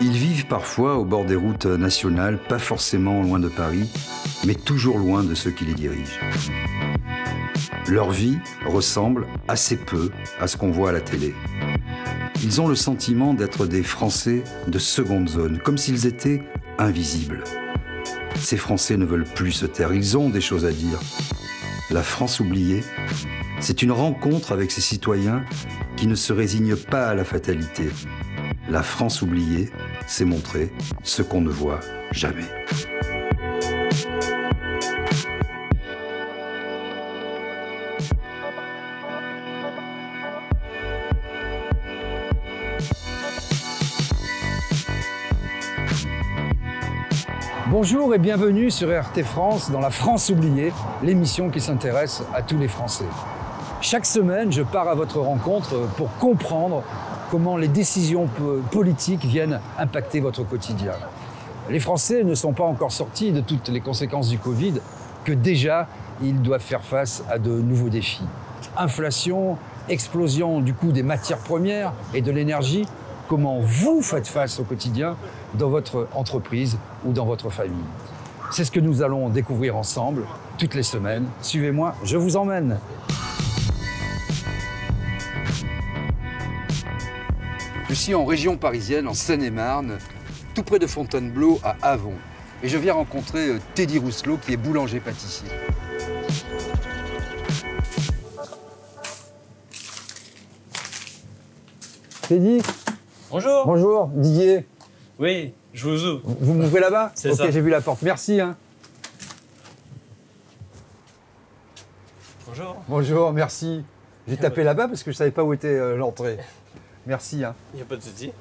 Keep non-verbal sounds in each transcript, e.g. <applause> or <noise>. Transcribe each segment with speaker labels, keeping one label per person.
Speaker 1: Ils vivent parfois au bord des routes nationales, pas forcément loin de Paris, mais toujours loin de ceux qui les dirigent. Leur vie ressemble assez peu à ce qu'on voit à la télé. Ils ont le sentiment d'être des Français de seconde zone, comme s'ils étaient invisibles. Ces Français ne veulent plus se taire, ils ont des choses à dire. La France oubliée, c'est une rencontre avec ces citoyens qui ne se résignent pas à la fatalité. La France oubliée, c'est montrer ce qu'on ne voit jamais.
Speaker 2: Bonjour et bienvenue sur RT France dans La France oubliée, l'émission qui s'intéresse à tous les Français. Chaque semaine, je pars à votre rencontre pour comprendre comment les décisions politiques viennent impacter votre quotidien. Les Français ne sont pas encore sortis de toutes les conséquences du Covid, que déjà ils doivent faire face à de nouveaux défis. Inflation, explosion du coût des matières premières et de l'énergie, comment vous faites face au quotidien dans votre entreprise ou dans votre famille. C'est ce que nous allons découvrir ensemble toutes les semaines. Suivez-moi, je vous emmène. Je suis en région parisienne, en Seine-et-Marne, tout près de Fontainebleau à Avon. Et je viens rencontrer euh, Teddy Rousselot qui est boulanger-pâtissier. Teddy,
Speaker 3: Bonjour.
Speaker 2: Bonjour, Didier.
Speaker 3: Oui, je vous ouvre.
Speaker 2: Vous m'ouvrez là-bas
Speaker 3: C'est
Speaker 2: Ok,
Speaker 3: ça.
Speaker 2: j'ai vu la porte. Merci. hein.
Speaker 3: Bonjour.
Speaker 2: Bonjour, merci. J'ai tapé là-bas parce que je ne savais pas où était
Speaker 3: <laughs>
Speaker 2: euh, l'entrée. Merci. hein.
Speaker 3: Il n'y a pas de souci.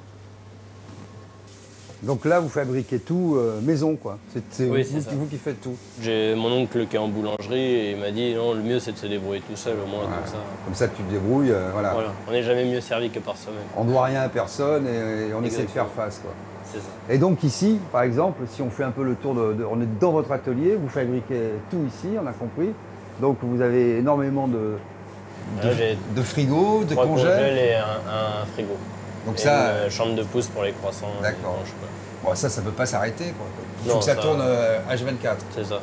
Speaker 2: Donc là, vous fabriquez tout euh, maison, quoi. C'est c'est
Speaker 3: Oui,
Speaker 2: vous,
Speaker 3: c'est ça.
Speaker 2: vous qui faites tout.
Speaker 4: J'ai mon oncle qui est en boulangerie et il m'a dit non, le mieux c'est de se débrouiller tout seul au moins comme ça.
Speaker 2: Comme ça, tu te débrouilles, euh, voilà.
Speaker 4: Voilà, on n'est jamais mieux servi que par soi-même.
Speaker 2: On ne doit rien à personne et, et on essaie de
Speaker 4: Exactement.
Speaker 2: faire face, quoi.
Speaker 4: C'est ça.
Speaker 2: Et donc ici, par exemple, si on fait un peu le tour, de, de- on est dans votre atelier, vous fabriquez tout ici, on a compris. Donc vous avez énormément de,
Speaker 4: Là, j'ai
Speaker 2: de frigos, de
Speaker 4: trois
Speaker 2: congèles.
Speaker 4: congèles et un, un frigo.
Speaker 2: Donc
Speaker 4: et
Speaker 2: ça,
Speaker 4: une euh, chambre de pouce pour les croissants. et
Speaker 2: D'accord.
Speaker 4: les manches, quoi.
Speaker 2: bon, ça, ça peut pas s'arrêter, quoi. Il faut
Speaker 4: Non,
Speaker 2: que ça,
Speaker 4: ça-
Speaker 2: tourne euh, H24.
Speaker 4: C'est ça.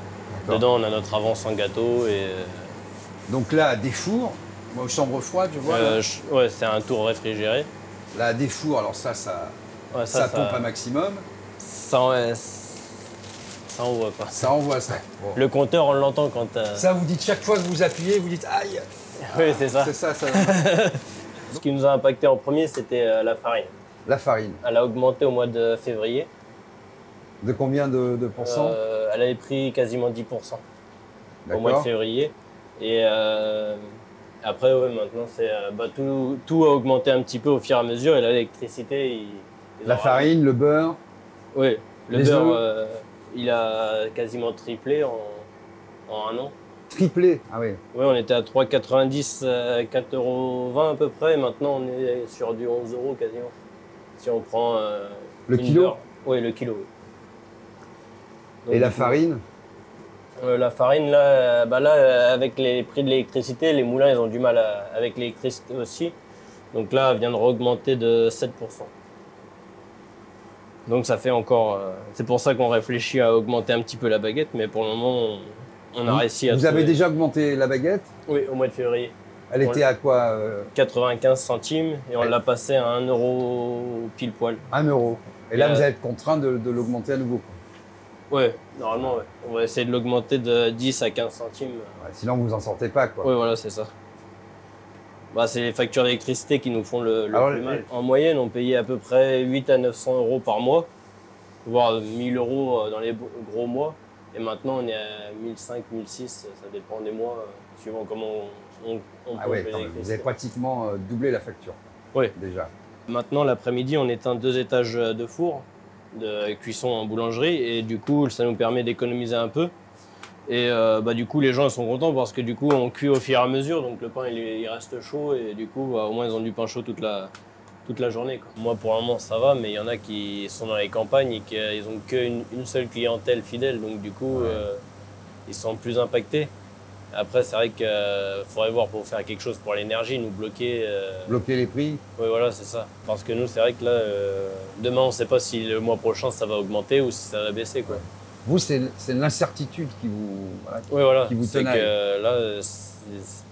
Speaker 4: Dedans, on a notre avance en gâteau et. euh,
Speaker 2: Donc là, des fours, moi, chambre froide, je vois.
Speaker 4: euh,
Speaker 2: là.
Speaker 4: ch- ouais, c'est un tour réfrigéré.
Speaker 2: Là, des fours, alors ça, ça,
Speaker 4: Ouais,
Speaker 2: ça, pompe un maximum.
Speaker 4: ça, en- euh, ça envoie quoi.
Speaker 2: Ça envoie ça. Bon.
Speaker 4: Le compteur, on l'entend quand. euh,
Speaker 2: Ça, vous dites chaque fois que vous appuyez, vous dites aïe,
Speaker 4: <laughs> oui, c'est ça.
Speaker 2: c'est ça, ça.
Speaker 4: Ce qui nous a impacté en premier, c'était euh, la farine.
Speaker 2: La farine.
Speaker 4: Elle a augmenté au mois de février.
Speaker 2: De combien de, de pourcents
Speaker 4: Euh, elle avait pris quasiment 10% au mois de
Speaker 2: D'accord.
Speaker 4: février. Et euh, après, ouais, maintenant, c'est euh, bah, tout, tout a augmenté un petit peu au fur et à mesure. Et là, l'électricité, il- ils
Speaker 2: La
Speaker 4: ont-
Speaker 2: farine, le beurre.
Speaker 4: Oui, le
Speaker 2: les
Speaker 4: beurre,
Speaker 2: œufs.
Speaker 4: euh, il a quasiment triplé en, en un an.
Speaker 2: Triplé. Ah oui.
Speaker 4: Oui, on était à 3,90, euh, 4,20 euros à peu près. Et maintenant, on est sur du 11 euros quasiment. Si on prend. euh,
Speaker 2: Le
Speaker 4: une
Speaker 2: kilo
Speaker 4: beurre. Oui, le kilo. oui. Donc,
Speaker 2: Et la
Speaker 4: du coup,
Speaker 2: farine
Speaker 4: Euh, la farine, là, euh, bah là euh, avec les prix de l'électricité, les moulins, ils ont du mal à- avec l'électricité aussi. Donc là, elle vient de augmenter de 7%. Donc ça fait encore. euh, c'est pour ça qu'on réfléchit à augmenter un petit peu la baguette, mais pour le moment, on, on a
Speaker 2: Vous-
Speaker 4: réussi à.
Speaker 2: Vous avez
Speaker 4: trouver-
Speaker 2: déjà augmenté la baguette
Speaker 4: Oui, au mois de février.
Speaker 2: Elle
Speaker 4: On
Speaker 2: était à quoi euh,
Speaker 4: 95 centimes et on
Speaker 2: Ouais.
Speaker 4: l'a passé à 1 euro pile poil.
Speaker 2: 1 euro. Et là,
Speaker 4: Euh,
Speaker 2: vous êtes contraint de, de l'augmenter à nouveau. quoi.
Speaker 4: Ouais, normalement, ouais. on va essayer de l'augmenter de 10 à 15 centimes.
Speaker 2: Ouais, sinon, vous vous en sortez pas, quoi.
Speaker 4: Oui, voilà, c'est ça. Bah, c'est les factures d'électricité qui nous font le, le
Speaker 2: Alors,
Speaker 4: plus
Speaker 2: les-
Speaker 4: mal. En moyenne, on payait à peu près 8 à 900 euros par mois, voire 1000 euros euh, dans les bo- gros mois. Et maintenant, on est à 1005, 1006, ça dépend des mois, euh, suivant comment on, on, on
Speaker 2: Ah ouais,
Speaker 4: pompe
Speaker 2: quand même, vous
Speaker 4: l'électricité.
Speaker 2: avez pratiquement euh, doublé la facture.
Speaker 4: Ouais.
Speaker 2: Déjà.
Speaker 4: Maintenant, l'après-midi, on éteint deux étages de four, de cuisson en boulangerie, et du coup, ça nous permet d'économiser un peu. Et euh, bah, du coup, les gens ils sont contents parce que du coup, on cuit au fur et à mesure, donc le pain il, il reste chaud, et du coup, bah, au moins ils ont du pain chaud toute la, toute la journée. quoi. Moi, pour le moment, ça va, mais il y en a qui sont dans les campagnes et qui euh, ils ont qu'une une seule clientèle fidèle, donc du coup, euh, ils sont plus impactés. Après, c'est vrai qu'il faudrait voir pour faire quelque chose pour l'énergie, nous bloquer. euh,
Speaker 2: Bloquer les prix
Speaker 4: Oui, voilà, c'est ça. Parce que nous, c'est vrai que là, euh, demain, on ne sait pas si le mois prochain, ça va augmenter ou si ça va baisser. Quoi.
Speaker 2: Vous, c'est c'est l'incertitude qui vous. voilà, qui-
Speaker 4: Oui, voilà.
Speaker 2: Qui vous
Speaker 4: c'est que
Speaker 2: tenaille.
Speaker 4: euh, là, euh, c'est- c'est-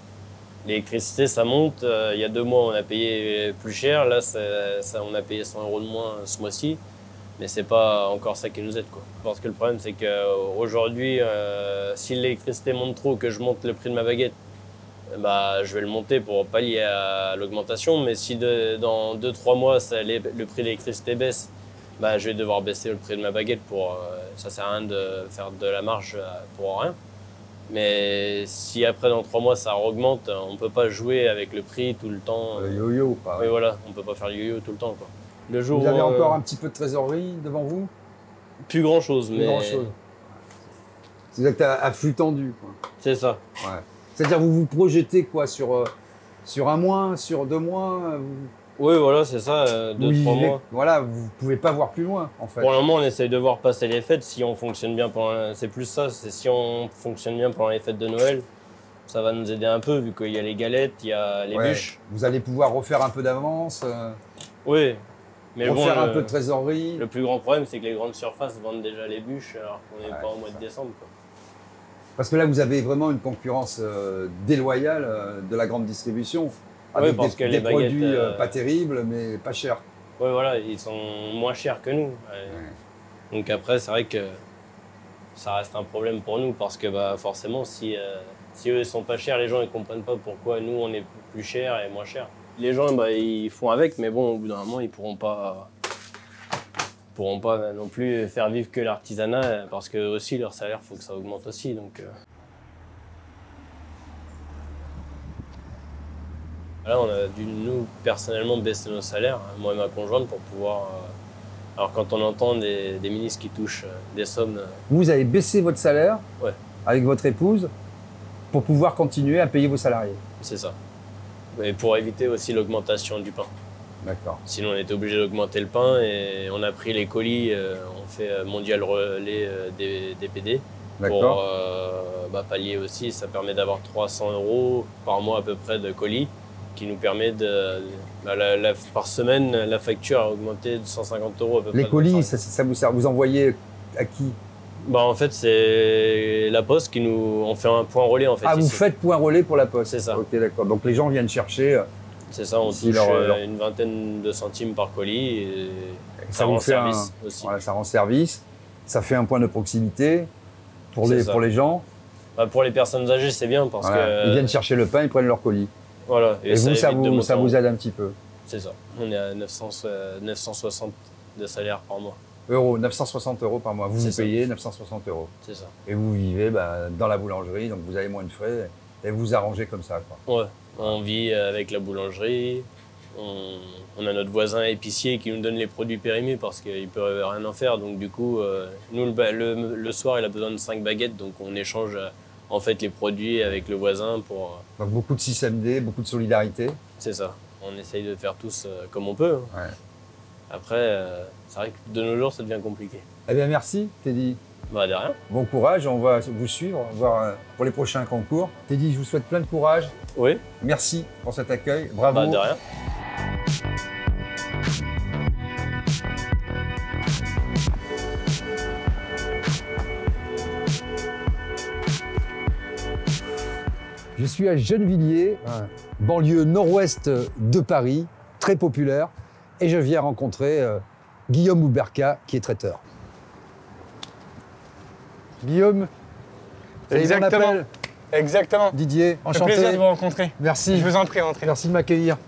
Speaker 4: l'électricité, ça monte. Euh, Il y a deux mois, on a payé plus cher. Là, ça, ça- on a payé 100 euros de moins ce mois-ci. Mais c'est pas encore ça qui nous aide. Quoi. Parce que le problème, c'est qu'aujourd'hui, si l'électricité monte trop, que je monte le prix de ma baguette, bah, je vais le monter pour pallier à l'augmentation. Mais si de- dans 2-3 mois, ça, les- le prix de l'électricité baisse, bah, je vais devoir baisser le prix de ma baguette pour. euh, ça sert à rien de faire de la marge euh, pour rien. Mais si après, dans 3 mois, ça augmente, on peut pas jouer avec le prix tout le temps.
Speaker 2: Le yo-yo, quoi.
Speaker 4: Oui, voilà, on peut pas faire le yo-yo tout le temps. Quoi. Le jour
Speaker 2: Vous avez
Speaker 4: où, euh,
Speaker 2: encore un petit peu de trésorerie devant vous
Speaker 4: plus grand chose,
Speaker 2: Plus
Speaker 4: mais
Speaker 2: grand-chose. Vous êtes à, à flux tendu. quoi.
Speaker 4: c'est ça.
Speaker 2: C'est-à-dire, vous vous projetez quoi sur, euh, sur un mois, sur deux mois vous-
Speaker 4: Oui, voilà, c'est ça, euh, deux,
Speaker 2: vous
Speaker 4: trois
Speaker 2: vivez-
Speaker 4: mois.
Speaker 2: Voilà, vous pouvez pas voir plus loin, en fait.
Speaker 4: Pour le moment, on essaye de voir passer les fêtes. Si on fonctionne bien pendant, la- c'est plus ça. C'est si on fonctionne bien pendant les fêtes de Noël, ça va nous aider un peu vu qu'il y a les galettes, il y a les
Speaker 2: Ouais.
Speaker 4: bûches.
Speaker 2: Vous allez pouvoir refaire un peu d'avance, euh,
Speaker 4: Oui, mais bon,
Speaker 2: refaire un
Speaker 4: le,
Speaker 2: peu de trésorerie.
Speaker 4: le plus grand problème, c'est que les grandes surfaces vendent déjà les bûches alors qu'on n'est
Speaker 2: Ouais,
Speaker 4: pas au
Speaker 2: c'est
Speaker 4: mois
Speaker 2: ça.
Speaker 4: de décembre. quoi.
Speaker 2: Parce que là, vous avez vraiment une concurrence euh, déloyale euh, de la grande distribution. Avec
Speaker 4: parce
Speaker 2: des,
Speaker 4: que
Speaker 2: des
Speaker 4: les baguettes,
Speaker 2: produits euh,
Speaker 4: euh,
Speaker 2: pas terribles, mais pas chers.
Speaker 4: Ouais, voilà, ils sont moins chers que nous. Ouais. Donc après, c'est vrai que ça reste un problème pour nous parce que bah, forcément, si, euh, si eux ils sont pas chers, les gens ils comprennent pas pourquoi nous on est plus chers et moins chers. Les gens bah, ils font avec, mais bon, au bout d'un moment, ils pourront pas pourront pas non plus faire vivre que l'artisanat euh, parce que aussi leur salaire faut que ça augmente aussi donc euh. Là, on a dû, nous, personnellement, baisser nos salaires, hein, moi et ma conjointe, pour pouvoir. euh, Alors, quand on entend des, des ministres qui touchent euh, des sommes. euh,
Speaker 2: Vous avez baissé votre salaire
Speaker 4: Ouais.
Speaker 2: avec votre épouse pour pouvoir continuer à payer vos salariés.
Speaker 4: C'est ça. Et pour éviter aussi l'augmentation du pain.
Speaker 2: D'accord.
Speaker 4: Sinon, on était obligé d'augmenter le pain et on a pris les colis. euh, on fait euh, mondial relais euh, des, des PD pour
Speaker 2: D'accord.
Speaker 4: euh, bah, pallier aussi. Ça permet d'avoir 300 euros par mois à peu près de colis qui nous permet de. bah, la- la- par semaine, la facture a augmenté de 150 euros à peu près.
Speaker 2: Les colis,
Speaker 4: Enfin,
Speaker 2: ça, ça vous sert. Vous envoyez à qui
Speaker 4: Bah en fait c'est la poste qui nous on fait un point relais en fait.
Speaker 2: Ah, vous
Speaker 4: ici.
Speaker 2: faites point relais pour la poste.
Speaker 4: C'est ça.
Speaker 2: Ok, d'accord. Donc les gens viennent chercher. euh,
Speaker 4: C'est ça, on
Speaker 2: Ici,
Speaker 4: touche
Speaker 2: leur-
Speaker 4: euh,
Speaker 2: leur-
Speaker 4: une vingtaine de centimes par colis et ça,
Speaker 2: vous
Speaker 4: rend
Speaker 2: fait un-
Speaker 4: service aussi.
Speaker 2: Voilà, ça rend service. Ça fait un point de proximité pour
Speaker 4: C'est
Speaker 2: les,
Speaker 4: ça.
Speaker 2: pour les gens.
Speaker 4: Bah, pour les personnes âgées c'est bien parce
Speaker 2: Voilà.
Speaker 4: que
Speaker 2: Ils viennent chercher le pain, ils prennent leur colis.
Speaker 4: voilà
Speaker 2: Et, vous, ça
Speaker 4: évite de
Speaker 2: vous,
Speaker 4: monter
Speaker 2: ça
Speaker 4: en-
Speaker 2: vous aide un petit peu.
Speaker 4: C'est ça. On est à 900, euh, 960 de salaire par mois.
Speaker 2: Euros, 960 euros par mois. Vous
Speaker 4: C'est
Speaker 2: vous
Speaker 4: ça.
Speaker 2: payez 960 euros.
Speaker 4: C'est ça.
Speaker 2: Et vous vivez bah, dans la boulangerie, donc vous avez moins de frais. Et vous vous arrangez comme ça. Quoi.
Speaker 4: Ouais. On vit euh, avec la boulangerie. On, on a notre voisin épicier qui nous donne les produits périmés parce qu'il peut rien en faire. Donc du coup, euh, nous le, ba- le- le soir, il a besoin de 5 baguettes, donc on échange euh, en fait les produits avec le voisin pour. euh,
Speaker 2: Donc beaucoup de 6MD, beaucoup de solidarité.
Speaker 4: c'est ça. On essaye de faire tous euh, comme on peut. hein.
Speaker 2: Ouais.
Speaker 4: Après, euh, c'est vrai que de nos jours, ça devient compliqué.
Speaker 2: Eh bien, merci, Teddy.
Speaker 4: Bah de rien.
Speaker 2: Bon courage, on va vous suivre voir euh, pour les prochains concours. Teddy, je vous souhaite plein de courage.
Speaker 4: Oui.
Speaker 2: Merci pour cet accueil. Bravo.
Speaker 4: Bah de rien.
Speaker 5: Je suis à Gennevilliers, banlieue nord-ouest de Paris, très populaire, et je viens rencontrer euh, Guillaume Ouberka, qui est traiteur. Guillaume, vous avez vu mon
Speaker 6: Exactement.
Speaker 5: appel
Speaker 6: Exactement.
Speaker 5: Didier,
Speaker 6: C'est un plaisir
Speaker 5: enchanté.
Speaker 6: de vous rencontrer.
Speaker 5: Merci,
Speaker 6: Je vous en prie, entrez.
Speaker 5: merci de m'accueillir.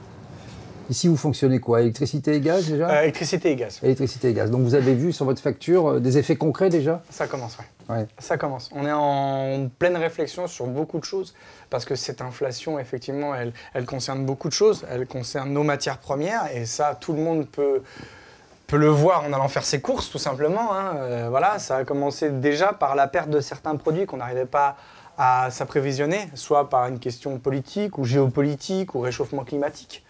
Speaker 5: Ici, vous fonctionnez quoi Électricité et gaz déjà
Speaker 6: Euh, électricité et gaz,
Speaker 5: Électricité et gaz. Donc vous avez vu sur votre facture euh, des effets concrets déjà
Speaker 6: ça commence, ouais.
Speaker 5: Ouais.
Speaker 6: Ça commence. On est en pleine réflexion sur beaucoup de choses parce que cette inflation, effectivement, elle, elle concerne beaucoup de choses. Elle concerne nos matières premières et ça, tout le monde peut, peut le voir en allant faire ses courses, tout simplement. hein. Euh, voilà, ça a commencé déjà par la perte de certains produits qu'on n'arrivait pas à s'apprévisionner, soit par une question politique ou géopolitique ou réchauffement climatique.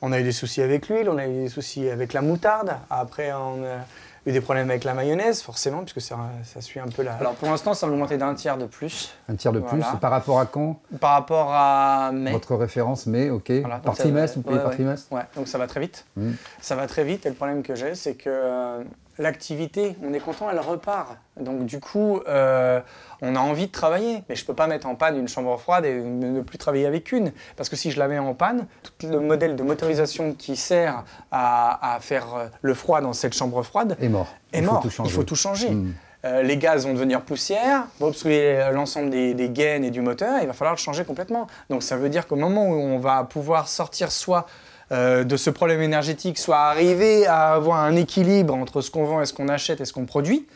Speaker 6: On euh, a eu des soucis avec l'huile, on a eu des soucis avec la moutarde. Après, on a
Speaker 7: eu des problèmes avec la mayonnaise, forcément, puisque ça, ça suit un peu la.
Speaker 6: Alors pour l'instant, ça a augmenté d'un tiers de plus
Speaker 8: Un tiers de plus.
Speaker 6: Voilà.
Speaker 8: Par rapport à quand
Speaker 6: par rapport à mai.
Speaker 8: Votre référence, mais ok.
Speaker 6: Voilà, donc
Speaker 8: par
Speaker 6: ça-
Speaker 8: trimestre, vous payez
Speaker 6: ouais,
Speaker 8: par
Speaker 6: ouais.
Speaker 8: trimestre
Speaker 6: Ouais, donc ça va très vite.
Speaker 8: Mm.
Speaker 6: Ça va très vite et le problème que j'ai, c'est que euh, l'activité, on est content, elle repart. Donc du coup, euh, on a envie de travailler, mais je peux pas mettre en panne une chambre froide et ne ne plus travailler avec une, parce que si je la mets en panne, tout le modèle de motorisation qui sert à, à faire euh, le froid dans cette chambre froide
Speaker 8: Et mort.
Speaker 6: est
Speaker 8: Il faut
Speaker 6: mort.
Speaker 8: tout changer.
Speaker 6: Il faut tout changer.
Speaker 8: Mm.
Speaker 6: Euh, les gaz vont devenir poussière, vont obstruer euh, l'ensemble des, des gaines et du moteur, il va falloir le changer complètement. Donc ça veut dire qu'au moment où on va pouvoir sortir soit euh, de ce problème énergétique, soit arriver à avoir un équilibre entre ce qu'on vend et ce qu'on achète et ce qu'on produit,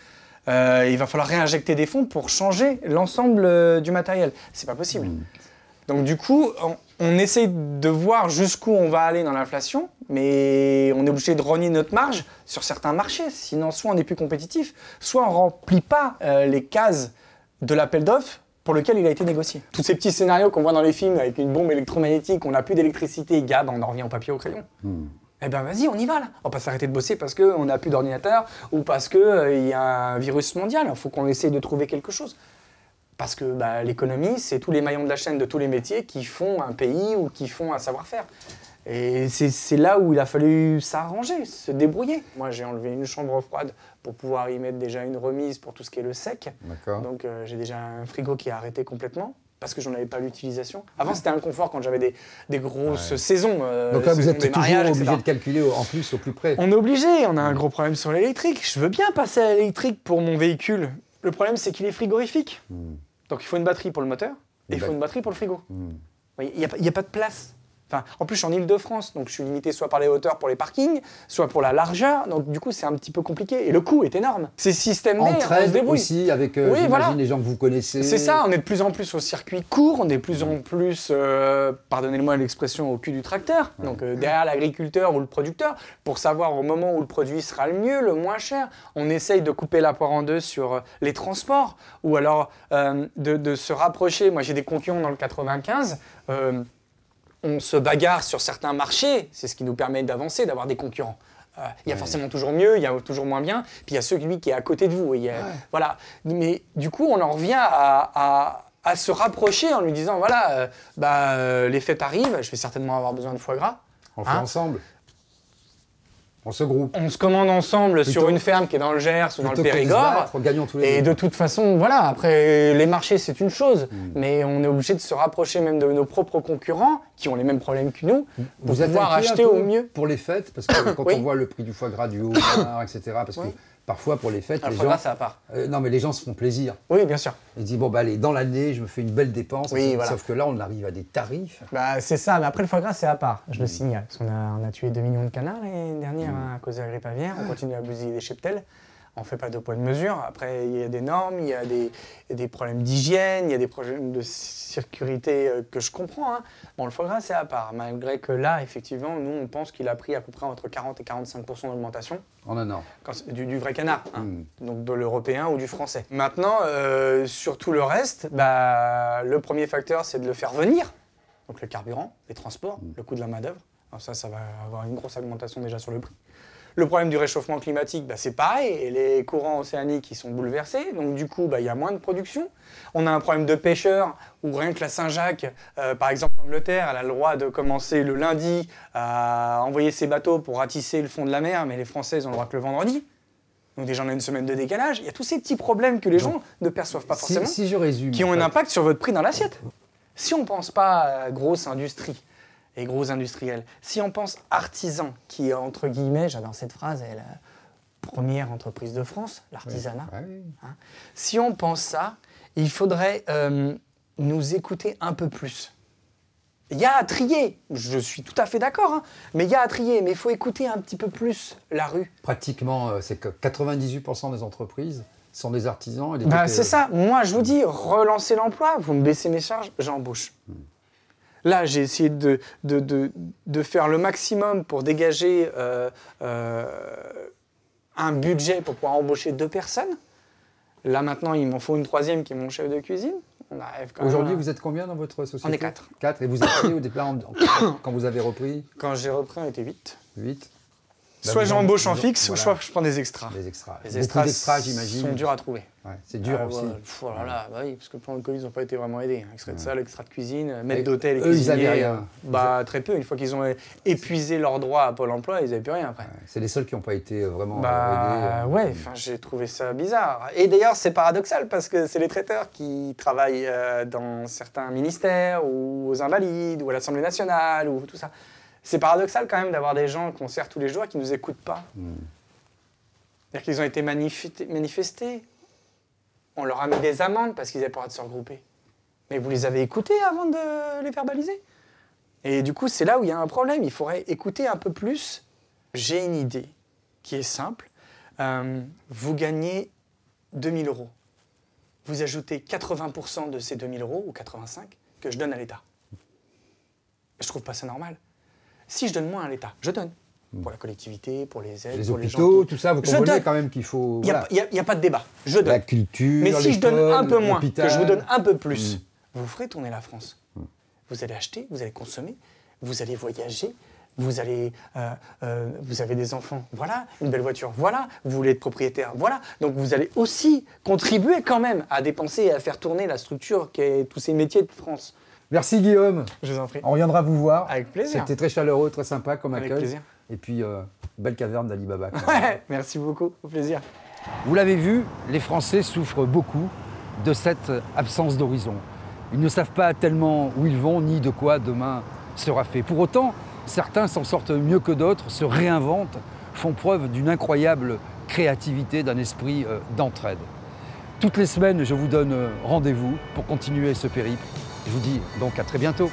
Speaker 6: euh, il va falloir réinjecter des fonds pour changer l'ensemble euh, du matériel. C'est pas possible. Donc du coup, on, on essaye de voir jusqu'où on va aller dans l'inflation, mais on est obligé de rogner notre marge sur certains marchés. Sinon, soit on n'est plus compétitif, soit on remplit pas euh, les cases de l'appel d'offres pour lequel il a été négocié. Tous ces petits scénarios qu'on voit dans les films avec une bombe électromagnétique, on n'a plus d'électricité, gars, ben, on en revient au papier au crayon. Eh ben vas-y, on y va là. On va pas s'arrêter de bosser parce qu'on n'a plus d'ordinateur ou parce qu'il y a un virus mondial. Il faut qu'on essaye de trouver quelque chose. Parce que bah, l'économie, c'est tous les maillons de la chaîne de tous les métiers qui font un pays ou qui font un savoir-faire. Et c'est c'est là où il a fallu s'arranger, se débrouiller. Moi, j'ai enlevé une chambre froide pour pouvoir y mettre déjà une remise pour tout ce qui est le sec.
Speaker 8: D'accord.
Speaker 6: Donc euh, j'ai déjà un frigo qui a arrêté complètement parce que j'en avais pas l'utilisation. Avant, c'était un confort quand j'avais des, des grosses saisons. euh,
Speaker 8: Donc là, vous
Speaker 6: saison
Speaker 8: êtes
Speaker 6: des
Speaker 8: toujours
Speaker 6: mariages, etc.
Speaker 8: obligé de calculer au- en plus au plus près.
Speaker 6: On est obligé, on a un gros problème sur l'électrique. Je veux bien passer à l'électrique pour mon véhicule. Le problème, c'est qu'il est frigorifique.
Speaker 8: Hmm.
Speaker 6: Donc il faut une batterie pour le moteur et il faut
Speaker 8: D'ac-
Speaker 6: une batterie pour le frigo.
Speaker 8: Mm.
Speaker 6: Oui, Il n'y a, pas- il y a pas de place. Enfin, en plus, je suis en Ile-de-France, donc je suis limité soit par les hauteurs pour les parkings, soit pour la largeur. Donc du coup, c'est un petit peu compliqué. Et le coût est énorme. Ces systèmes on se
Speaker 8: Entraide
Speaker 6: débrouille.
Speaker 8: aussi avec, euh,
Speaker 6: Oui,
Speaker 8: j'imagine,
Speaker 6: voilà.
Speaker 8: les gens que vous connaissez.
Speaker 6: C'est ça, on est de plus en plus au circuit court, on est de plus en plus, euh, pardonnez-moi l'expression, au cul du tracteur, donc euh, derrière l'agriculteur ou le producteur, pour savoir au moment où le produit sera le mieux, le moins cher. On essaye de couper la poire en deux sur euh, les transports, ou alors euh, de, de se rapprocher. Moi j'ai des concurrents dans le 95. euh, on se bagarre sur certains marchés, c'est ce qui nous permet d'avancer, d'avoir des concurrents. Euh, Il y a forcément toujours mieux, il y a toujours moins bien, puis il y a celui qui est à côté de vous. et il y a- Voilà. Mais du coup, on en revient à, à- à se rapprocher en lui disant voilà, euh, bah, euh, les fêtes arrivent, je vais certainement avoir besoin de foie gras.
Speaker 8: On le fait
Speaker 6: Hein
Speaker 8: ensemble. On se groupe.
Speaker 6: On se commande ensemble sur
Speaker 8: Plutôt-
Speaker 6: une ferme qui est dans le Gers ou dans le
Speaker 8: Plutôt que de se
Speaker 6: Périgord.
Speaker 8: battre, gagnons tous les
Speaker 6: Et
Speaker 8: deux. Mm.
Speaker 6: de toute façon, voilà, après, les marchés, c'est une chose, mais on est obligé de se rapprocher même de nos propres concurrents, qui ont les mêmes problèmes que nous, pour
Speaker 8: êtes
Speaker 6: pouvoir
Speaker 8: inquiet un
Speaker 6: acheter
Speaker 8: peu
Speaker 6: au mieux.
Speaker 8: Pour les fêtes, parce que quand
Speaker 6: Oui.
Speaker 8: on voit le prix du foie
Speaker 6: <coughs>
Speaker 8: gras, du haut, etc., parce que parfois pour les fêtes,
Speaker 6: Alors,
Speaker 8: les
Speaker 6: Ah, foie gras,
Speaker 8: gens,
Speaker 6: c'est à part.
Speaker 8: euh, non mais les gens se font plaisir.
Speaker 6: Oui, bien sûr.
Speaker 8: Ils disent bon bah allez, dans l'année, je me fais une belle dépense.
Speaker 6: Oui,
Speaker 8: etc.
Speaker 6: voilà.
Speaker 8: Sauf que là, on arrive à des tarifs.
Speaker 6: Bah, c'est ça, mais après le foie gras, c'est à part, je le signale. Parce qu'on a, on a tué 2 millions de canards l'année dernière hein, à cause de la grippe aviaire, on continue à bousiller des cheptels, on fait pas de poids de mesure. Après, il y a des normes, il y a des, il y a des problèmes d'hygiène, il y a des problèmes de sécurité euh, que je comprends. hein. Bon, le foie gras, c'est à part, malgré que là, effectivement, nous, on pense qu'il a pris à peu près entre 40 et 45 d'augmentation.
Speaker 8: En un an.
Speaker 6: Quand c'est du, du vrai canard, hein. donc de l'européen ou du français. Maintenant, euh, sur tout le reste, bah, le premier facteur, c'est de le faire venir. Donc le carburant, les transports,
Speaker 8: Mm.
Speaker 6: le coût de la main-d'œuvre. Alors Ça, ça va avoir une grosse augmentation déjà sur le prix. Le problème du réchauffement climatique, bah, c'est pareil, et les courants océaniques ils sont bouleversés, donc du coup bah, il y a moins de production. On a un problème de pêcheurs, où rien que la Saint-Jacques, euh, par exemple l'Angleterre, elle a le droit de commencer le lundi à envoyer ses bateaux pour ratisser le fond de la mer, mais les Français ils ont le droit que le vendredi. Donc déjà on a une semaine de décalage, il y a tous ces petits problèmes que les gens ne perçoivent pas
Speaker 8: Si,
Speaker 6: forcément
Speaker 8: si je résume.
Speaker 6: qui ont
Speaker 8: en
Speaker 6: un
Speaker 8: fait,
Speaker 6: impact sur votre prix dans l'assiette. Si on ne pense pas à grosse industrie et gros industriels, si on pense artisan, qui est entre guillemets, j'adore cette phrase, est la première entreprise de France, l'artisanat,
Speaker 8: ouais.
Speaker 6: si on pense ça, il faudrait euh, nous écouter un peu plus. Il y a à trier, je suis tout à fait d'accord, hein, mais il y a à trier, mais il faut écouter un petit peu plus la rue.
Speaker 8: Pratiquement, euh, c'est que 98% des entreprises sont des artisans. Et euh, des
Speaker 6: Bah,
Speaker 8: TPE.
Speaker 6: c'est ça. Moi, je vous dis, relancer l'emploi, vous me baissez mes charges, j'embauche.
Speaker 8: Hmm.
Speaker 6: Là, j'ai essayé de, de, de- de faire le maximum pour dégager euh, euh, un budget pour pouvoir embaucher deux personnes. Là, maintenant, il m'en faut une troisième qui est mon chef de cuisine. On arrive quand même
Speaker 8: Aujourd'hui,
Speaker 6: à-
Speaker 8: vous êtes combien dans votre société
Speaker 6: On est quatre.
Speaker 8: Quatre. Et vous étiez au départ, en- quand vous avez repris,
Speaker 6: Quand j'ai repris, on était huit.
Speaker 8: 8.
Speaker 7: Soit
Speaker 8: vous
Speaker 7: j'embauche en
Speaker 8: en-
Speaker 7: fixe,
Speaker 8: voilà.
Speaker 7: soit je prends des extras.
Speaker 8: Des extras.
Speaker 6: Ah, Les
Speaker 8: Beaucoup
Speaker 6: extras,
Speaker 8: d'extras,
Speaker 6: sont
Speaker 8: j'imagine.
Speaker 6: durs à trouver.
Speaker 8: Ouais, c'est dur
Speaker 7: Ah,
Speaker 8: aussi.
Speaker 7: ouais.
Speaker 6: Pff, alors là, bah oui, parce que pendant le Covid, ils n'ont pas été vraiment aidés. Hein. Extrait de salle, extrait de cuisine,
Speaker 8: Et
Speaker 6: maître d'hôtel,
Speaker 8: eux, ils
Speaker 6: cuisinier,
Speaker 8: avaient rien.
Speaker 6: euh, Bah, très peu. Une fois qu'ils ont é- épuisé leurs droits à Pôle emploi, ils n'avaient plus rien après.
Speaker 8: C'est les seuls qui n'ont pas été euh, vraiment
Speaker 6: Bah
Speaker 8: euh, aidés, euh.
Speaker 6: ouais, enfin, j'ai trouvé ça bizarre. Et d'ailleurs, c'est paradoxal parce que c'est les traiteurs qui travaillent euh, dans certains ministères ou aux Invalides ou à l'Assemblée nationale ou tout ça. C'est paradoxal quand même d'avoir des gens qu'on sert tous les jours et qui nous écoutent pas. C'est-à-dire qu'ils ont été manifestés- manifestés. On leur a mis des amendes parce qu'ils avaient pas le droit de se regrouper. Mais vous les avez écoutés avant de les verbaliser. Et du coup, c'est là où il y a un problème. Il faudrait écouter un peu plus. J'ai une idée qui est simple. Euh, vous gagnez 2000 euros. Vous ajoutez 80% de ces 2000 euros, ou 85, que je donne à l'État. Je trouve pas ça normal. Si je donne moins à l'État, je donne. Pour la collectivité, pour les aides,
Speaker 8: Les
Speaker 6: pour
Speaker 8: hôpitaux,
Speaker 6: les gens. qui-
Speaker 8: tout ça, vous
Speaker 6: Je
Speaker 8: comprenez
Speaker 6: donne.
Speaker 8: quand même qu'il faut.
Speaker 6: Il n'y a,
Speaker 8: voilà,
Speaker 6: pas- il y a- il y a pas de débat. Je donne.
Speaker 8: la culture.
Speaker 6: Mais si je donne un
Speaker 8: l'école,
Speaker 6: peu moins, que
Speaker 8: l'hôpital.
Speaker 6: je vous donne un peu plus,
Speaker 8: Mm.
Speaker 6: vous ferez tourner la France. Vous allez acheter, vous allez consommer, vous allez voyager, vous allez, euh, euh, vous avez des enfants, voilà, une belle voiture, voilà, vous voulez être propriétaire, voilà. Donc vous allez aussi contribuer quand même à dépenser et à faire tourner la structure qui est tous ces métiers de France.
Speaker 8: Merci Guillaume.
Speaker 6: Je vous en prie.
Speaker 8: On reviendra vous voir.
Speaker 6: Avec plaisir.
Speaker 8: C'était très chaleureux, très sympa comme
Speaker 6: Avec
Speaker 8: accueil.
Speaker 6: plaisir.
Speaker 8: Et puis, euh, belle caverne d'Alibaba.
Speaker 6: <laughs>
Speaker 8: quand même.
Speaker 6: Ouais, merci beaucoup, au plaisir.
Speaker 2: Vous l'avez vu, les Français souffrent beaucoup de cette absence d'horizon. Ils ne savent pas tellement où ils vont ni de quoi demain sera fait. Pour autant, certains s'en sortent mieux que d'autres, se réinventent, font preuve d'une incroyable créativité, d'un esprit euh, d'entraide. Toutes les semaines, je vous donne euh, rendez-vous pour continuer ce périple. Je vous dis donc à très bientôt.